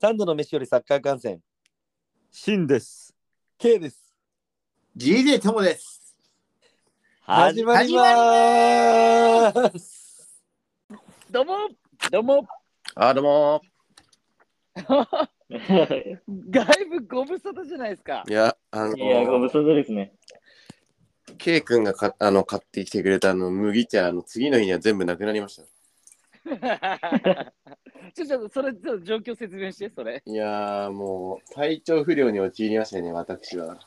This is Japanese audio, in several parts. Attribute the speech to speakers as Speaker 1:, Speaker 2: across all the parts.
Speaker 1: 三度の飯よりサッカー観戦
Speaker 2: シンです。
Speaker 1: K です。
Speaker 3: GJ ともです。
Speaker 1: 始まりまーす。
Speaker 4: どうもどうも
Speaker 3: あ、どう も
Speaker 4: だいぶご無沙汰じゃないですか
Speaker 5: い。や、あ
Speaker 6: いや、ご
Speaker 5: の、
Speaker 6: 無沙汰ですね。
Speaker 5: ケイ君がかあの買ってきてくれたあの麦茶の次の日には全部なくなりました。
Speaker 4: ちょちょっとそれちょっと状況説明してそれ。
Speaker 5: いやー、もう体調不良に陥りましたね、私は。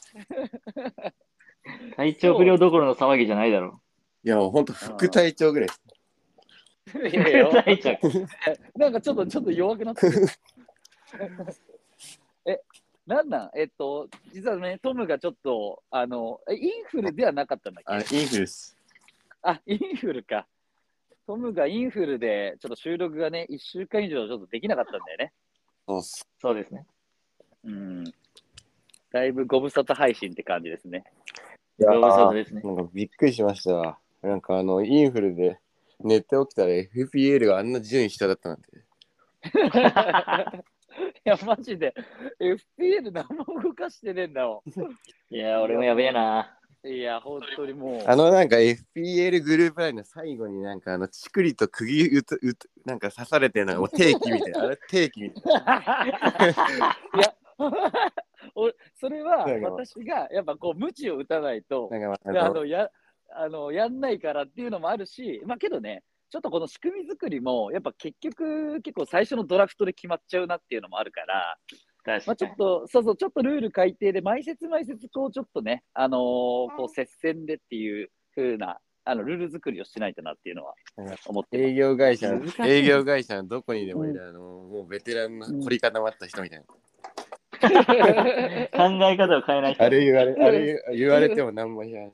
Speaker 6: 体調不良どころの騒ぎじゃないだろ。
Speaker 5: いや、もうほんと副隊長ぐらいです。
Speaker 4: いうやいや
Speaker 6: 体調
Speaker 4: なんかちょっとちょっと弱くなってる。 え、なんなんえっと実はねトムがちょっとあのえインフルではなかったんだっけ
Speaker 5: あ、インフルです。
Speaker 4: あインフルか。トムがインフルでちょっと収録がね1週間以上ちょっとできなかったんだよね。
Speaker 5: そうっす。
Speaker 6: そうですね。
Speaker 4: うん。だいぶご無沙汰配信って感じ ですね。
Speaker 5: いや
Speaker 6: ご無沙
Speaker 5: ー
Speaker 6: 汰ですね。
Speaker 5: なんかびっくりしましたわ。なんかあの、インフルで寝て起きたら FPL があんな順位下だったなんて。
Speaker 4: いや、マジで、FPL 何も動かしてねえんだも
Speaker 6: いや、俺もやべえな。
Speaker 4: ん。いや、本当にも。
Speaker 5: あのなんか FPL グループラインの最後になんかあの、チクリと釘打つ、打つなんか刺されてるのがもう定期みたいな。あれ定期みたいう
Speaker 4: いや、俺それは私がやっぱこう、無知を打たないと、
Speaker 5: な。なんかまあ
Speaker 4: あのやあのやんないからっていうのもあるし、まあけどね、ちょっとこの仕組み作りも、やっぱ結局、結構最初のドラフトで決まっちゃうなっていうのもあるから、
Speaker 6: 確
Speaker 4: まあ、
Speaker 6: か
Speaker 4: ちょっと、そうそう、ちょっとルール改定で、毎節毎節、こう、ちょっとね、あのーこう、接戦でっていう風な、あの、ルール作りをしないとなっていうのは思って
Speaker 5: 営業会社
Speaker 6: 難しい、
Speaker 5: 営業会社のどこにでもいる、あの、もうベテランの凝り固まった人みたいな。
Speaker 4: ます。
Speaker 6: に。考え方を変えない人。
Speaker 5: あれ言われ、あれ言われても何も言わない。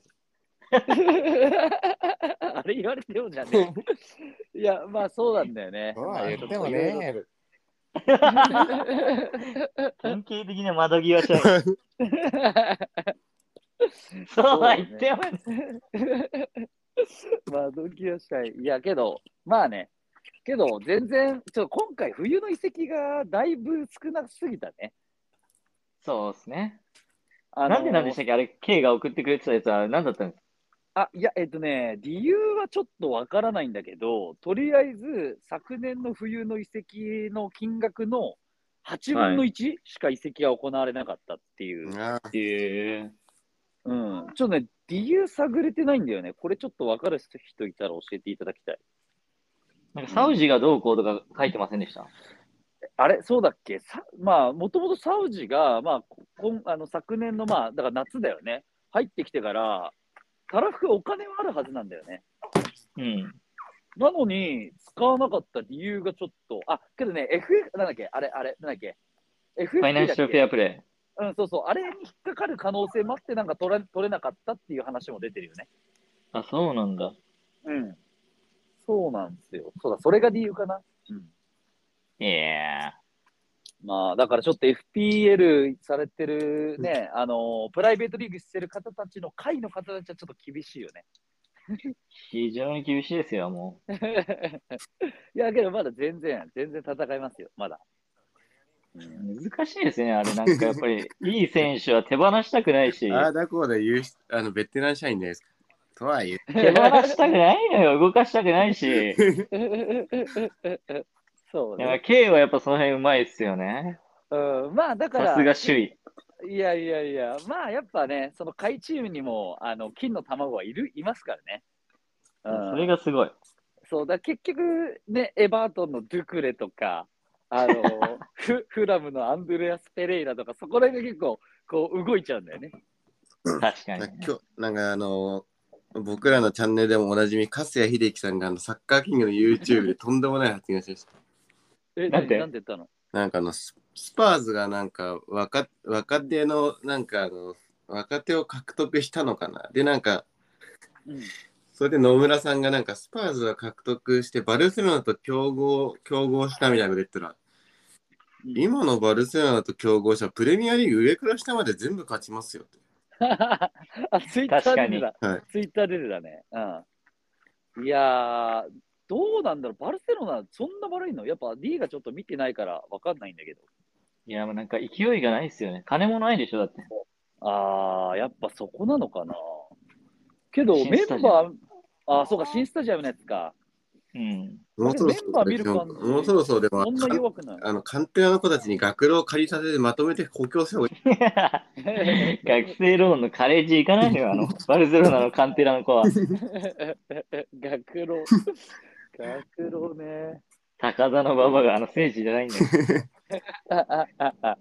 Speaker 4: あれ言われてもじゃねえ。いや、まあ、そうなんだよね。
Speaker 5: そうは言って
Speaker 4: ま
Speaker 5: も
Speaker 4: あちょっと
Speaker 5: ね。
Speaker 6: 典型的な窓際じゃん。そうは言っても
Speaker 4: いろいろまあ、ドキドキしたい。いや、けど、まあね、けど、全然、ちょっと今回、冬の遺跡がだいぶ少なすぎたね。
Speaker 6: そうですね。
Speaker 4: あのー
Speaker 6: なんでなんでしたっけあれ、K が送ってくれてたやつは何だったんですか
Speaker 4: あ、いや、えっとね、理由はちょっとわからないんだけど、とりあえず昨年の冬の移籍の金額の8分の1しか移籍が行われなかったっていう、
Speaker 5: あー
Speaker 6: え
Speaker 4: うん、ちょっとね、理由探れてないんだよね、これちょっとわかる人いたら教えていただきたい。
Speaker 6: なんかサウジがどうこうとか書いてませんでした
Speaker 4: あれ、そうだっけ、さまあ、もともとサウジが、まあ、こんあの昨年の、まあ、だから夏だよね、入ってきてから、たらふくお金はあるはずなんだよね。
Speaker 6: うん。
Speaker 4: なのに、使わなかった理由がちょっと、あ、けどね、FF、なんだっけ、あれ、あれ、なんだっけ、FF
Speaker 6: ファイナンシャルフェアプレ
Speaker 4: うん、そうそう、あれに引っかかる可能性もあって、なんか取れ取れなかったっていう話も出てるよね。
Speaker 6: イ。あ、そうなんだ。
Speaker 4: うん。そうなんですよ。そうだ、それが理由かな。うん。
Speaker 6: いやー。
Speaker 4: まあ、だからちょっと FPL されてるね、あの、プライベートリーグしてる方たちの会の方たちはちょっと厳しいよね。
Speaker 6: 非常に厳しいですよ、もう。
Speaker 4: いや、けどまだ全然、全然戦いますよ、まだ。うん
Speaker 6: 難しいですね、あれ。なんかやっぱ り、いい選手は手放したくないし、
Speaker 5: あーだこうだ言うし、あの、ベテラン社員じゃないですか。とはいえ、
Speaker 6: 手放したくないのよ、動かしたくない し。
Speaker 4: そう
Speaker 6: いや
Speaker 4: ね。
Speaker 6: K はやっぱその辺うまいっすよね。
Speaker 4: うん、まあだか
Speaker 6: さ
Speaker 4: ら、
Speaker 6: すが首位。
Speaker 4: いやいやいや、まあやっぱね、その下位チームにもあの金の卵はいるいますからね。うん、
Speaker 6: それがすごい。
Speaker 4: そうだ結局、ね、エバートンのドゥクレとか、あ のフフラムのアンドレアス・ペレイラとか、そこら辺が結構こう動いちゃうんだよね。
Speaker 6: 確か
Speaker 5: なん
Speaker 6: に
Speaker 5: か。今日、なんかあの、僕らのチャンネルでもおなじみ、粕谷秀樹さんがあのサッカーキングの YouTube でとんでもない発言をしました。
Speaker 4: え、
Speaker 6: なんで
Speaker 4: 何て言ったの
Speaker 5: なんかあのススパーズがなんか若若手のなんかあの若手を獲得したのかなでなんか
Speaker 4: うん
Speaker 5: それで野村さんがなんかスパーズは獲得してバルセロナと競合競合したみたいなこと言ったら今のバルセロナと競合したプレミアリーグ上から下まで全部勝ちますよって
Speaker 4: あ、ツイッター出て
Speaker 6: 確
Speaker 4: た。
Speaker 5: はい
Speaker 4: ツイッター出てたね。うん。いやー、どうなんだろう。バルセロナ、そんな悪いのやっぱ D がちょっと見てないから分かんないんだけど。
Speaker 6: いや、もうなんか勢いがないですよね。金もないでしょ、だって。
Speaker 4: あー、やっぱそこなのかな。けど、
Speaker 6: 新
Speaker 4: メ
Speaker 6: スタ
Speaker 4: ン
Speaker 6: ジア
Speaker 4: バー、あー、そうか、新スタジアムのやつか。
Speaker 6: うん。
Speaker 5: もうそろそ
Speaker 4: メンバ
Speaker 5: ろ
Speaker 4: ー見る感じ
Speaker 5: もうそろそろでも
Speaker 4: そんな弱くない。
Speaker 5: あの官邸の子たちに学童を借りさせてまとめて補強せよ
Speaker 6: 学生ローンのカレッジ行かないのよ、あ の、バルセロナのカンテラの子は。
Speaker 4: 学郎。学郎ね。
Speaker 6: 高田の馬場があの聖地じゃないんだよ。
Speaker 4: ああああ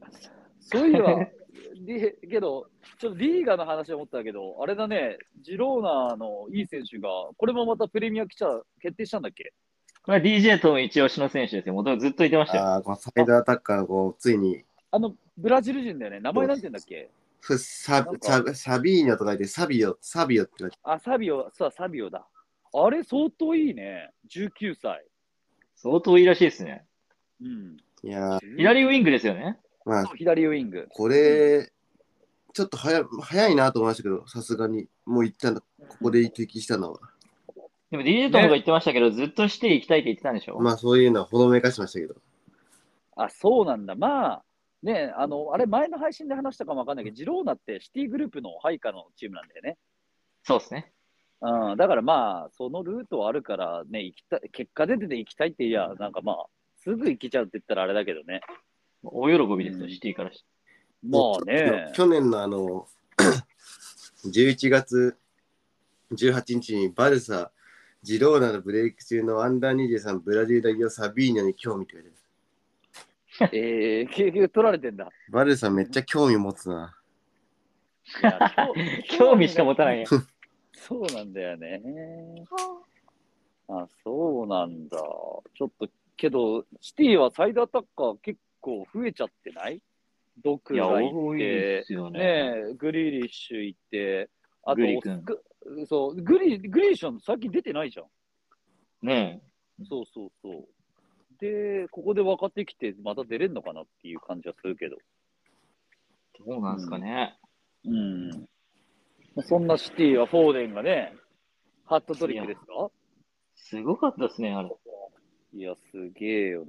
Speaker 4: そうい えば、リけど、ちょっとリーガの話を思ったけど、あれだね、ジローナのいい選手が、これもまたプレミア来ちゃ決定したんだっけ
Speaker 6: これは DJ とも一押しの選手ですよ。もともとずっと言ってましたよ。
Speaker 5: ああ、このサイドアタッカーの子、ついに
Speaker 4: あの、ブラジル人だよね、名前なんて言うんだっけ
Speaker 5: ふサ
Speaker 4: なんか
Speaker 5: ササビーニョと書いてサビオ、サビオって書いて
Speaker 4: あ、サビオ、そう、サビオだ。あれ、相当いいね、19歳。
Speaker 6: 相当いいらしいですね。
Speaker 4: うん。
Speaker 5: いやー、
Speaker 6: 左ウィングですよね。
Speaker 5: まあ、
Speaker 4: 左ウィング。
Speaker 5: これ、ちょっと早早いなと思いましたけど、さすがに、もう一旦、ここで移籍したのは。
Speaker 6: でも DJ ともが言ってましたけど、ずっとして行きたいって言ってたんでしょ、
Speaker 5: まあ、そういうのはほのめかしましたけど。
Speaker 4: あ、そうなんだ。まあ、ね、あの、あれ、前の配信で話したかもわかんないけど、ジローナってシティグループの配下のチームなんだよね。
Speaker 6: そうですね。
Speaker 4: うん、だからまあ、そのルートはあるからね、行きたい結果出てて行きたいって言えば、なんかまあ、すぐ行けちゃうって言ったらあれだけどね。
Speaker 6: 大喜びですよ、
Speaker 4: うん
Speaker 6: シティからして。
Speaker 4: まあね。
Speaker 5: 去年のあの、11月18日にバルサ、ジローナのブレイク中のアンダー23ブラジル代表サビーニョに興味って書いてある
Speaker 4: ええー、経験取られてんだ。
Speaker 5: バルサめっちゃ興味持つな。
Speaker 4: いや興
Speaker 6: 興味しか持たないね。
Speaker 4: そうなんだよね。あ、そうなんだ。ちょっと、けど、シティはサイドアタッカー結構増えちゃってないドク
Speaker 6: いや、
Speaker 4: が い
Speaker 6: 多い
Speaker 4: て
Speaker 6: で、すよね。
Speaker 4: ねえ、グリーリッシュ行って、あと
Speaker 6: グリ君
Speaker 4: グそうグリ、グリーシュは最近出てないじゃん。
Speaker 6: ね
Speaker 4: そうそうそう。で、ここで分かってきて、また出れんのかなっていう感じはするけど。
Speaker 6: えどうなんですかね。
Speaker 4: うん。そんなシティはフォーデンがね、ハットトリックですか
Speaker 6: すごかったですね、あれ。
Speaker 4: いや、すげえよ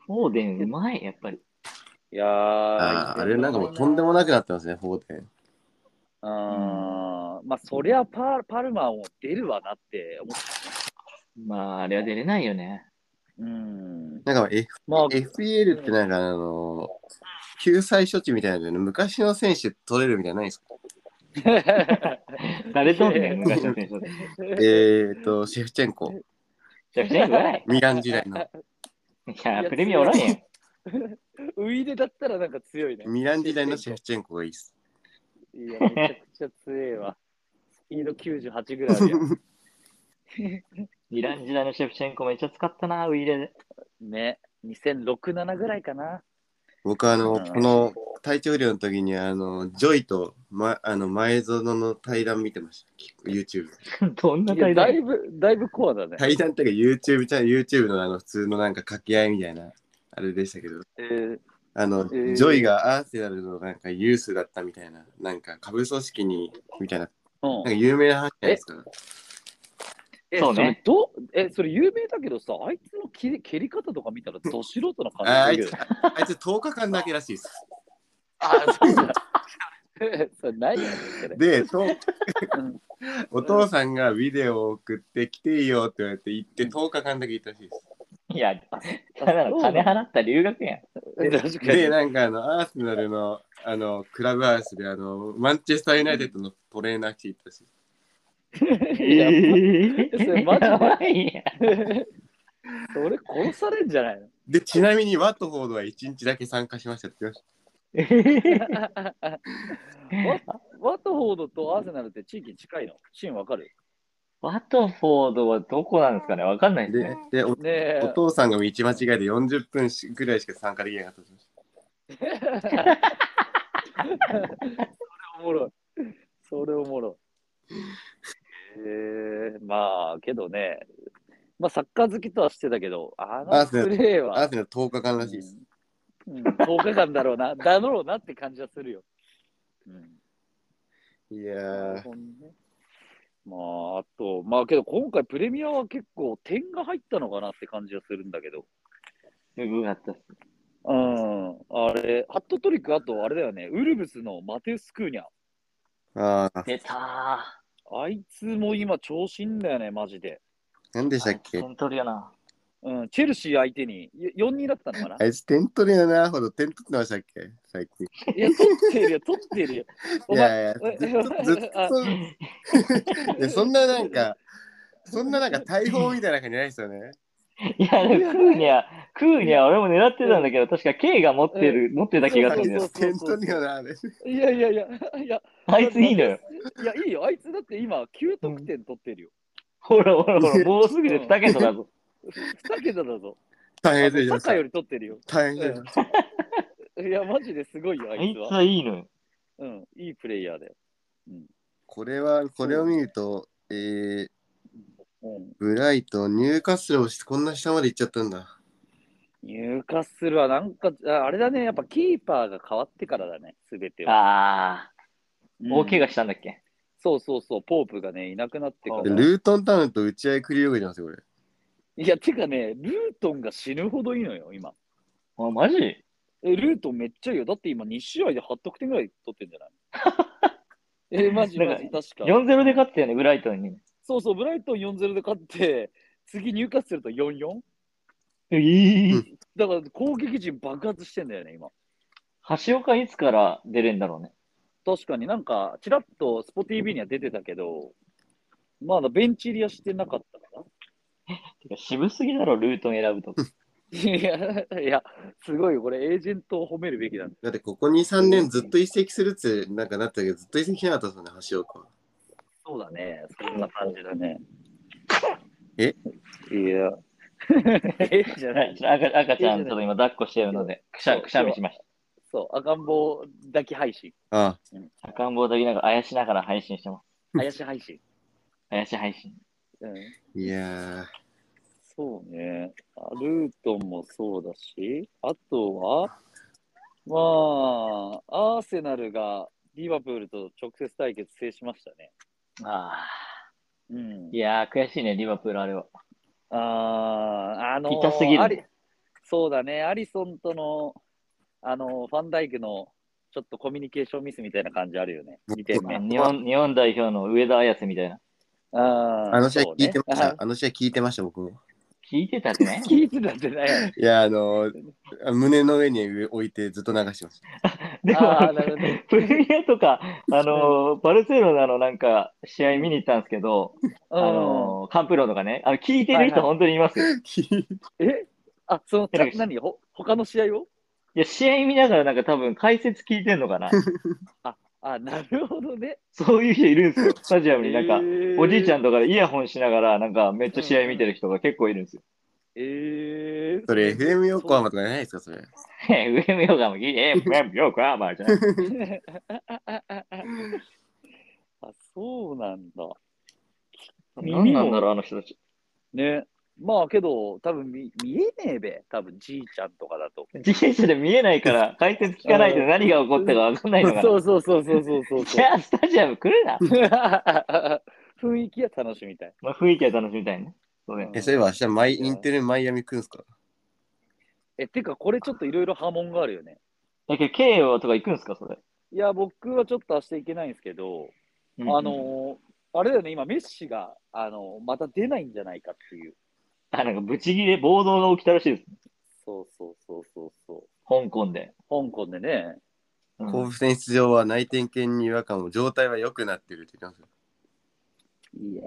Speaker 6: フォーデンうまい、やっぱり。
Speaker 4: な。いやー
Speaker 5: あーあれなんかもうとんで
Speaker 4: も
Speaker 5: もなくなってますね、フォーデン。
Speaker 4: あーまあ、そりゃパパルマも出るわなって思っ
Speaker 6: まあ、あれは出れないよね。
Speaker 4: うん。
Speaker 5: なんかもう F
Speaker 4: ま あ、
Speaker 5: FPL ってなんかあの、救済処置みたいなので、昔の選手取れるみたいなのないですか
Speaker 6: 誰ともね、昔の選手だ って。
Speaker 5: えっと、シェフチェンコ、
Speaker 6: じゃあ、全部ない。
Speaker 5: ミラン時代 の。
Speaker 6: いや、プレミアおらんやん。
Speaker 4: ウイでだったらなんか強いね。
Speaker 5: ミラン時代のシェフチェンコがいいです。
Speaker 4: いや、めちゃくちゃ強えわ。スピード98ぐらいあるやん。
Speaker 6: イラン時代のシェフチェンコめっちゃ使ったな、ウイレで。
Speaker 4: ね、2006、7ぐらいかな。
Speaker 5: 僕あの、
Speaker 4: うん
Speaker 5: この体調不良の時にあのジョイと、ま、あの前園の対談見てました。YouTube。
Speaker 6: どんない
Speaker 4: や
Speaker 6: 対
Speaker 4: だ
Speaker 6: 談
Speaker 4: いぶ、だいぶコアだね。
Speaker 5: 対談っていうか YouTube チャン YouTube のあの普通のなんか掛け合いみたいなあれでしたけど、
Speaker 4: えー
Speaker 5: あの、
Speaker 4: ー
Speaker 5: ジョイがアーセナルのなんかユースだったみたいな、なんか下部組織にみたいな、
Speaker 4: うん
Speaker 5: なんか有名な話じゃないです か。
Speaker 4: え
Speaker 6: そ
Speaker 4: そう
Speaker 6: ね
Speaker 4: れどえそれ有名だけどさ、あいつの切り蹴り方とか見たらど素人の感
Speaker 5: あ
Speaker 4: じ
Speaker 5: あ
Speaker 4: が
Speaker 5: い
Speaker 4: るよ
Speaker 5: つ
Speaker 4: ね。
Speaker 5: あいつ10日間だけらしいです。
Speaker 4: あ、そうだ。 それないよね、それ。
Speaker 5: で、 と
Speaker 4: ん
Speaker 5: お父さんがビデオを送って来ていいよって言われて行って10日間だけ行ったらしいです。
Speaker 6: いや、ただの金払った留学やん。
Speaker 4: 確か
Speaker 5: で、
Speaker 4: に。
Speaker 5: なんかあの、アーセナルの、あの、クラブハウスで、あの、マンチェスターユナイテッドのトレーナー来ていったし、
Speaker 4: いや
Speaker 6: え
Speaker 4: それマジで
Speaker 6: やばいやん
Speaker 4: それ殺されんじゃ ないの
Speaker 5: で、ちなみにワットフォードは1日だけ参加しましたって言ってまし
Speaker 4: ワワトフォードとアーセナルって地域近いのシーンわかる
Speaker 6: ワトフォードはどこなんですかねわかんないです
Speaker 5: た。
Speaker 6: ね。
Speaker 5: で、でお
Speaker 4: ねえ
Speaker 5: お。父さんが道間違えて40分しぐらいしか参加できなかったって言って
Speaker 4: おもろい。それおもろい。えー、まあ、けどね、まあ、サッカー好きとはしてたけど、あ
Speaker 5: あ
Speaker 4: の
Speaker 5: そう
Speaker 4: プレー
Speaker 5: ました。アー
Speaker 4: は、
Speaker 5: セナル10日間らしいです。
Speaker 4: うん、10日間だろうな、だろうなって感じはするよ。うん、
Speaker 5: いやー、
Speaker 4: まあ、あと、まあけど今回プレミアは結構点が入ったのかなって感じはするんだけど。
Speaker 6: すごかったっす。
Speaker 4: うん。あれ、ハットトリック、あとあれだよね、ウルブスのマテウス・クーニャ。
Speaker 5: ああ、
Speaker 6: 出たー。
Speaker 4: あいつも今調子いいんだよね、マジで。
Speaker 5: なんでしたっけ
Speaker 6: 点取るよな。
Speaker 4: うん、チェルシー相手によ4人だったのかな
Speaker 5: あいつ点取りやなほど点取ってましたっけ最近。
Speaker 4: いや、取ってるよ、取ってるよ。お
Speaker 5: いやい
Speaker 4: 前
Speaker 5: や、ずっと、
Speaker 4: え
Speaker 5: ず っとそう、 いやそんななんか、そんななんか大砲みたいな感じないですよね。
Speaker 6: いや、でもクーニャ、クーニャ、俺も狙ってたんだけど、確か K が持ってる、持ってた気がするんだ
Speaker 4: そう
Speaker 6: よ。
Speaker 4: そう
Speaker 5: 点取りやなあれ。
Speaker 4: いやいやいや、いや、
Speaker 6: あいついいのよ。
Speaker 4: いや、いいよ、あいつだって今9得点取ってるよ。
Speaker 6: ほらほらほら、もうすぐで2桁だ ぞ。
Speaker 4: 2桁だぞ。
Speaker 5: 大変
Speaker 4: あ
Speaker 5: 失礼し
Speaker 4: の
Speaker 5: ました
Speaker 4: サッカーより取ってるよ。
Speaker 5: 大変失礼しました。
Speaker 4: いや、マジですごいよ、あ
Speaker 6: あ
Speaker 4: い
Speaker 6: い
Speaker 4: つ
Speaker 6: つ
Speaker 4: は。
Speaker 6: はいいのよ。
Speaker 4: うん、いいプレイヤーだよ。
Speaker 5: これは、これを見ると、えー、
Speaker 4: うん、
Speaker 5: ブライトン、ニューカッスルをしてこんな下まで行っちゃったんだ。
Speaker 4: 入荷するはなんか、ああれだね、やっぱキーパーが変わってからだね、すべては。
Speaker 6: あ
Speaker 4: う
Speaker 6: ー、
Speaker 4: ん
Speaker 6: 大怪我したんだっけ
Speaker 4: そうそうそう、ポープがね、いなくなってか
Speaker 5: で
Speaker 4: ら。
Speaker 5: ルートンタウンと打ち合い繰り広げてますよ、これ。
Speaker 4: いや、てかね、ルートンが死ぬほどいいのよ、今。
Speaker 6: あ、マジ
Speaker 4: え、ルートンめっちゃいいよ。だって今2試合で8得点ぐらい取ってんじゃないえ、マジマジ、確か。
Speaker 6: ?4-0 で勝ったよね、ブライトンに。
Speaker 4: そうそう、ブライトン4-0で勝って、次入荷すると 4-4?
Speaker 6: えー、
Speaker 4: だから攻撃陣爆発してんだよね、今。
Speaker 6: 橋岡いつから出れんだろうね。
Speaker 4: 確かになんか、ちらっとスポ TV には出てたけど、まだベンチ入りはしてなかったかな。
Speaker 6: てか渋すぎだろ、ルートン選ぶと。
Speaker 4: いや、 いや、すごいよ、これエージェントを褒めるべきだ。
Speaker 5: だってここ2、3年ずっと移籍するってなんかなったけど、ずっと移籍しなかったですよね、橋岡は。
Speaker 4: そうだね、そんな感じだね。
Speaker 5: え
Speaker 4: い や、えじゃ
Speaker 6: は、
Speaker 4: ないい。
Speaker 6: ちょっと赤赤ちゃん、ちょっと今抱っこしてるので、くしゃくしゃみしまし
Speaker 4: そう、赤ん坊抱き配信、
Speaker 5: あ
Speaker 6: た。赤ん坊抱きながら、怪しながら配信してます。
Speaker 4: 怪し配信。
Speaker 6: 怪しい配信。
Speaker 4: うん、
Speaker 5: あ、いや
Speaker 4: そうね、あルートンもそうだし、あとは、まあ、アーセナルがリバプールと直接対決制しましたね。
Speaker 6: あ
Speaker 4: うん
Speaker 6: ー、いやー、悔しいね、リバプールあれは。
Speaker 4: あーあのー
Speaker 6: 痛すぎる
Speaker 4: アリそうだね、アリソンとの、あのーファンダイクのちょっとコミュニケーションミスみたいな感じあるよね、2点目。
Speaker 6: 日本日本代表の上田綺世みたいな。
Speaker 4: あー
Speaker 5: あの試合聞いてました、
Speaker 4: そ うね。
Speaker 5: あの試合聞いてました、僕も。
Speaker 6: 聞いてたってね
Speaker 4: 聞いてたんじゃない
Speaker 5: いや、あのー胸の上に置いてずっと流してました。
Speaker 6: でも、
Speaker 4: あーなるほどね
Speaker 6: プレミアとか、あのーバルセロナのなんか、試合見に行ったんですけど、 あ
Speaker 4: うん
Speaker 6: のーカンプロとかね、あの聞いてる
Speaker 4: はいは
Speaker 6: 人
Speaker 4: い
Speaker 6: 本当にいますよ。い
Speaker 4: えあ、その、
Speaker 6: えなんか
Speaker 4: 何ほ他の試合を
Speaker 6: や、試合見ながらなんか多分解説聞いてんのかな。
Speaker 4: あ、なるほどね。
Speaker 6: そういう人いるんですよ、スタジアムに。なんか、おじいちゃん
Speaker 4: ん。
Speaker 6: とかでイヤホンしながら、なんかめっちゃ試合見てる人が結構いるんですよ。
Speaker 4: え ー、
Speaker 5: それ FM 横浜とかじゃないですか、それ。
Speaker 6: へへ上見ようかも、え、上見ようかも、じゃない。
Speaker 4: あ、そうなんだ。
Speaker 6: 何なんだろう、あの人たち。
Speaker 4: ね。まあけど、多分見見えねえべ。多分じいちゃんとかだと。
Speaker 6: 自転車で見えないから、解説聞かないと何が起こったか分かんないのか な。
Speaker 4: そうそうそうそうそうそう
Speaker 6: じゃあ、スタジアム来るな。
Speaker 4: 雰囲気は楽しみたい。
Speaker 6: まあ、雰囲気は楽しみたいね。そうね
Speaker 5: え、そういえば明日マイ、インテルマイアミ来るんすか
Speaker 4: え、てかこれちょっといろいろ波紋があるよね。
Speaker 6: だけど、慶応とか行くんですか、それ。
Speaker 4: いや、僕はちょっと明日行けないんですけど、あのーあれだよね、今メッシが、あのーまた出ないんじゃないかっていう。
Speaker 6: あ、なんか、ブチギレ、暴動が起きたらしいです。
Speaker 4: そうそうそうそうそ
Speaker 6: 香港で。
Speaker 4: う。香港でね。
Speaker 6: うん
Speaker 5: 甲府戦出場は内転筋に違和感も状態は良くなってるって言ってますよ。
Speaker 4: いや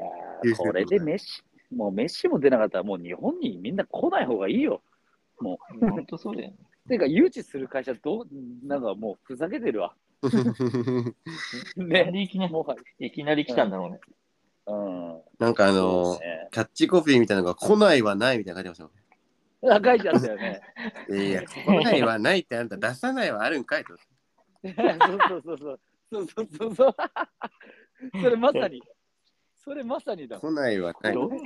Speaker 5: 優秀
Speaker 4: ー、これでメッシ、もうメッシも出なかったら、もう日本にみんな来ない方がいいよ。
Speaker 6: 本当そうだよね。
Speaker 4: ていうか、誘致する会社、どう、なんかもうふざけてるわ。
Speaker 6: なん
Speaker 4: ね。
Speaker 6: でいきなり
Speaker 4: もはや。
Speaker 6: いきなり来たんだろうね。
Speaker 4: うん。
Speaker 5: なんかあ
Speaker 4: そ
Speaker 5: の
Speaker 4: う
Speaker 5: ー
Speaker 4: ね。
Speaker 5: キャッチコピーみたいなのが来ないはないみたいなの書いて
Speaker 4: あ、書いちゃったよね。
Speaker 5: ましたもんね。いや、来ないはないってあんた出さないはあるんかいと。
Speaker 4: そうそうそうそう。そうそうそうそう。それまさに。それまさにだも
Speaker 5: 来
Speaker 4: ん
Speaker 5: ないはない。
Speaker 6: どん どん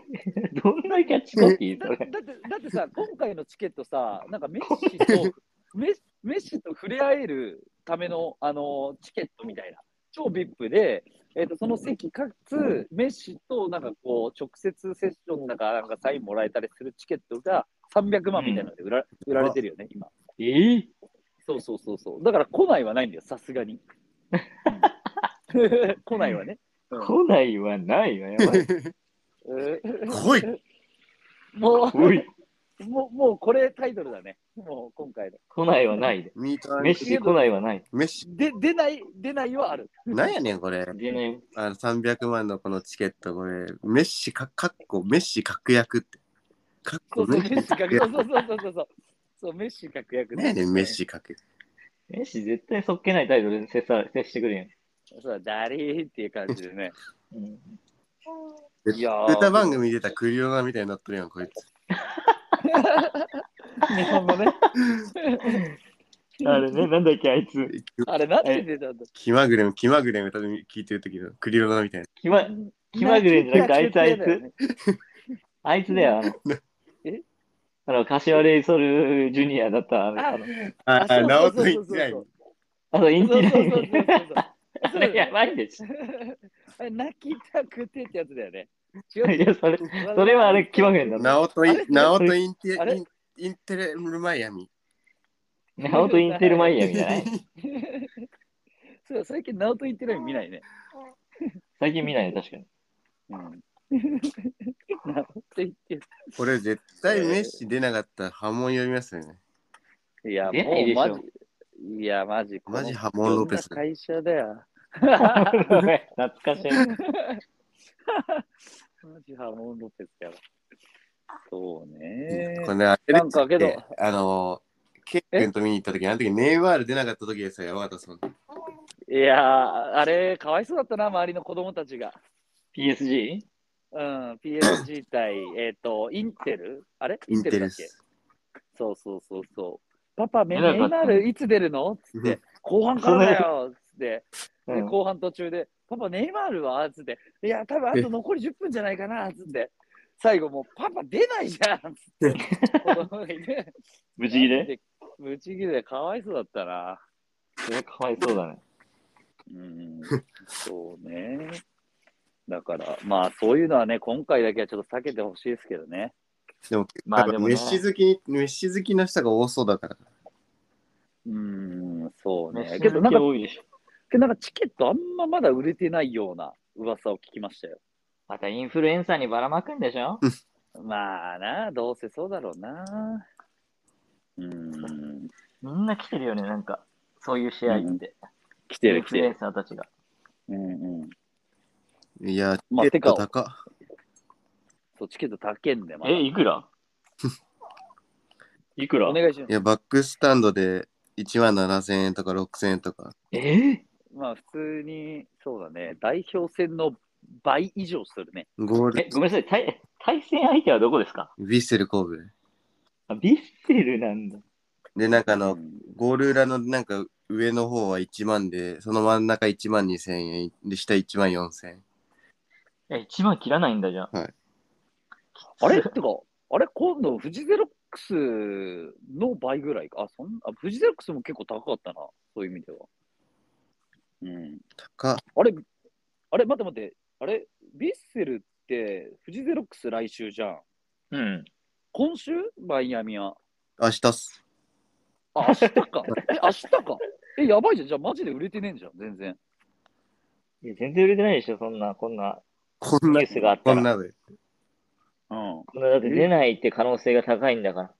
Speaker 6: なキャッチコピー
Speaker 4: だだ
Speaker 6: そ
Speaker 4: っ
Speaker 6: れ。
Speaker 4: てだっ てさ、今回のチケットさ、なんかメッシとメッメッシと触れ合えるためのあのチケットみたいな超 VIP で、えっとその席かつ、メッシとなんかこう直接セッションだからなんかサインもらえたりするチケットが300万みたいなので売ら,、売られてるよね、今。
Speaker 6: えー、
Speaker 4: そうそうそうそう。だから来ないはないんだよ、さすがに。 来ないはね。
Speaker 6: 来ないはないわ、やばい。
Speaker 4: えー
Speaker 5: 来い
Speaker 4: も
Speaker 6: おい、
Speaker 4: う、もう、もうこれタイトルだね。もう今回の。
Speaker 6: 来ないはないで。
Speaker 5: ミートアン
Speaker 6: メッシ来ない はない。
Speaker 5: メッシ。
Speaker 4: で、出ない、出ないはある。
Speaker 5: なんやねん、これ。
Speaker 6: 出ない。
Speaker 5: あの300万のこのチケット、これ、メッシか、かっこ、メッシ確約って。かっ
Speaker 4: そ
Speaker 5: こ、
Speaker 4: うそう、
Speaker 5: メ
Speaker 4: メ
Speaker 5: ッ
Speaker 4: ッシ
Speaker 5: シ確
Speaker 4: 確
Speaker 5: 約。
Speaker 4: 約。そうそうそうそうそう。そう、メッシ確約
Speaker 5: なんやねん、メッ。シ確約。
Speaker 6: メッシ絶対そっけない態度で接さ接してくれ
Speaker 4: そう、ダリーっていう感じで ね。
Speaker 6: やん。うん、
Speaker 4: いやー
Speaker 5: 歌番組出たクリオナみたいになっとるやん、こいつ。
Speaker 4: 日本のね。
Speaker 6: あれね、なんだっけ、あいつ。
Speaker 4: あれ、なんで出たんだ
Speaker 5: 気まぐれも、気まぐれも歌で聞いてる時のクリオナみたいな。
Speaker 6: 気ま気まぐれじゃなくて、あいつ、あいつ。あいつだよ、あの
Speaker 4: え。
Speaker 6: あの、柏レイソルジュニアだった、あの、あの
Speaker 5: ああ、
Speaker 4: あ
Speaker 5: ナ
Speaker 4: そう
Speaker 5: オ
Speaker 4: そう
Speaker 5: ト
Speaker 4: そ
Speaker 5: 言って
Speaker 4: うそう
Speaker 5: ない。
Speaker 6: あのインティライ
Speaker 4: そうそうそう
Speaker 6: ミ。
Speaker 4: そうそう
Speaker 6: あれやばいでしょ。
Speaker 4: あれ泣きたくてってやつだよね。違う
Speaker 6: い
Speaker 4: 違う
Speaker 6: や、それ、それはあれ、気まぐれだな。
Speaker 5: ナオトイン、ナオトインテ
Speaker 4: あれ
Speaker 5: インインテレルマイアミ。
Speaker 6: ナオとインテルマイアミじゃない
Speaker 4: そう最近、ナオト言ってるの見ないね。
Speaker 6: 最近見ないね、確かに。
Speaker 4: うん。ナオト言ってる。
Speaker 5: これ絶対メッシ出なかったら波紋読みますよね。
Speaker 4: いや、
Speaker 6: 出
Speaker 4: も
Speaker 6: ないで
Speaker 4: う
Speaker 6: しょ
Speaker 4: マジ。いや、マジ。
Speaker 5: マジハモンロペス
Speaker 4: こんな会社だよ。
Speaker 6: 懐かしい。
Speaker 4: マジハモンロペスやわ。そうね。
Speaker 5: これね、あれ
Speaker 4: なんかけど
Speaker 5: あの、ケイ君と見に行った時、あの時ネイマール出なかった時ですよ、山形さん。
Speaker 4: いやー、あれ、かわいそうだったな、周りの子供たちが。
Speaker 6: PSG?
Speaker 4: うん、PSG 対、えっ、と、インテルあれイ
Speaker 5: イン
Speaker 4: ンテ
Speaker 5: テ
Speaker 4: ルだっ
Speaker 5: ル
Speaker 4: け
Speaker 5: ス。
Speaker 4: そうそうそうそう。パパ、メ
Speaker 6: 出
Speaker 4: ネ
Speaker 6: なかった
Speaker 4: イマールいつ出るのつっ
Speaker 5: う
Speaker 4: て
Speaker 5: ん、
Speaker 4: 後半からだよつって、
Speaker 6: う
Speaker 4: で
Speaker 6: ん、
Speaker 4: 後半途中で、パパ、ネイマールはつって、いや、多分あと残り10分じゃないかなつって、最後もう、パパ出ないじゃんつって、子供がいて
Speaker 6: 無事切れ
Speaker 4: ぶち切れでかわいそうだったな。
Speaker 6: それかわいそうだね。
Speaker 4: うん、そうね。だから、まあ、そういうのはね、今回だけはちょっと避けてほしいですけどね。
Speaker 5: でも、
Speaker 6: まあ
Speaker 5: 多分
Speaker 6: でもね
Speaker 5: メッシ好き、メッシ好きの人が多そうだから。
Speaker 4: うん、そうね。
Speaker 6: け
Speaker 4: け
Speaker 6: ど、
Speaker 4: ど、
Speaker 6: な
Speaker 4: なんん
Speaker 6: か
Speaker 4: か、
Speaker 6: 多いでしょ。
Speaker 4: けどなんかチケットあんままだ売れてないような噂を聞きましたよ。
Speaker 6: またインフルエンサーにばらまくんでしょ
Speaker 4: まあな、どうせそうだろうな。うん、
Speaker 6: みんな来てるよね、なんか。そういう試合って。
Speaker 4: 来て
Speaker 6: イン
Speaker 4: る来
Speaker 6: フ
Speaker 4: て
Speaker 6: ルエン
Speaker 4: る。
Speaker 6: サーたちが。
Speaker 4: うんうん。
Speaker 5: いや、チ
Speaker 4: まあ
Speaker 5: ケット
Speaker 4: て
Speaker 5: 高っ。
Speaker 4: そう、チケット高けんで、まだ
Speaker 6: え、いくら いくら
Speaker 4: お願いしま
Speaker 5: い
Speaker 4: す。
Speaker 5: や、バックスタンドで1万7000円とか6000円とか。
Speaker 6: えー
Speaker 4: まあ、普通に、そうだね、代表戦の倍以上するね。
Speaker 5: ゴール
Speaker 6: え、、ごめんなさい。対対戦相手はどこですか
Speaker 5: ヴィッセル神戸。
Speaker 6: あ、ビッセルなんだ。
Speaker 5: で、なんかあの
Speaker 4: う、ん
Speaker 5: ゴール裏のなんか上の方は1万で、その真ん中1万2000円、で、下1万4000円。
Speaker 6: え、一番切らないんだじゃん。
Speaker 5: はい
Speaker 4: あれってか、あれ今度、フジゼロックスの倍ぐらいか。あ、そんあフジゼロックスも結構高かったな、そういう意味では。うん。
Speaker 5: 高っ
Speaker 4: あれ、あれ、待って待って。あれ、ヴィッセルって、フジゼロックス来週じゃん。
Speaker 6: うん。
Speaker 4: 今週マイアミは。
Speaker 5: 明日っす。
Speaker 4: あ、明日か。え、明日か。え、やばいじゃん。じゃあ、マジで売れてねえんじゃん、全然。
Speaker 6: いや、全然売れてないでしょ、そんな、こんな、
Speaker 5: こん
Speaker 6: ニ
Speaker 5: な
Speaker 6: ュー、スがあった
Speaker 5: こ
Speaker 6: ら。
Speaker 5: ん
Speaker 6: こ
Speaker 5: なで。
Speaker 4: うん。
Speaker 6: んな、だって出ないって可能性が高いんだから。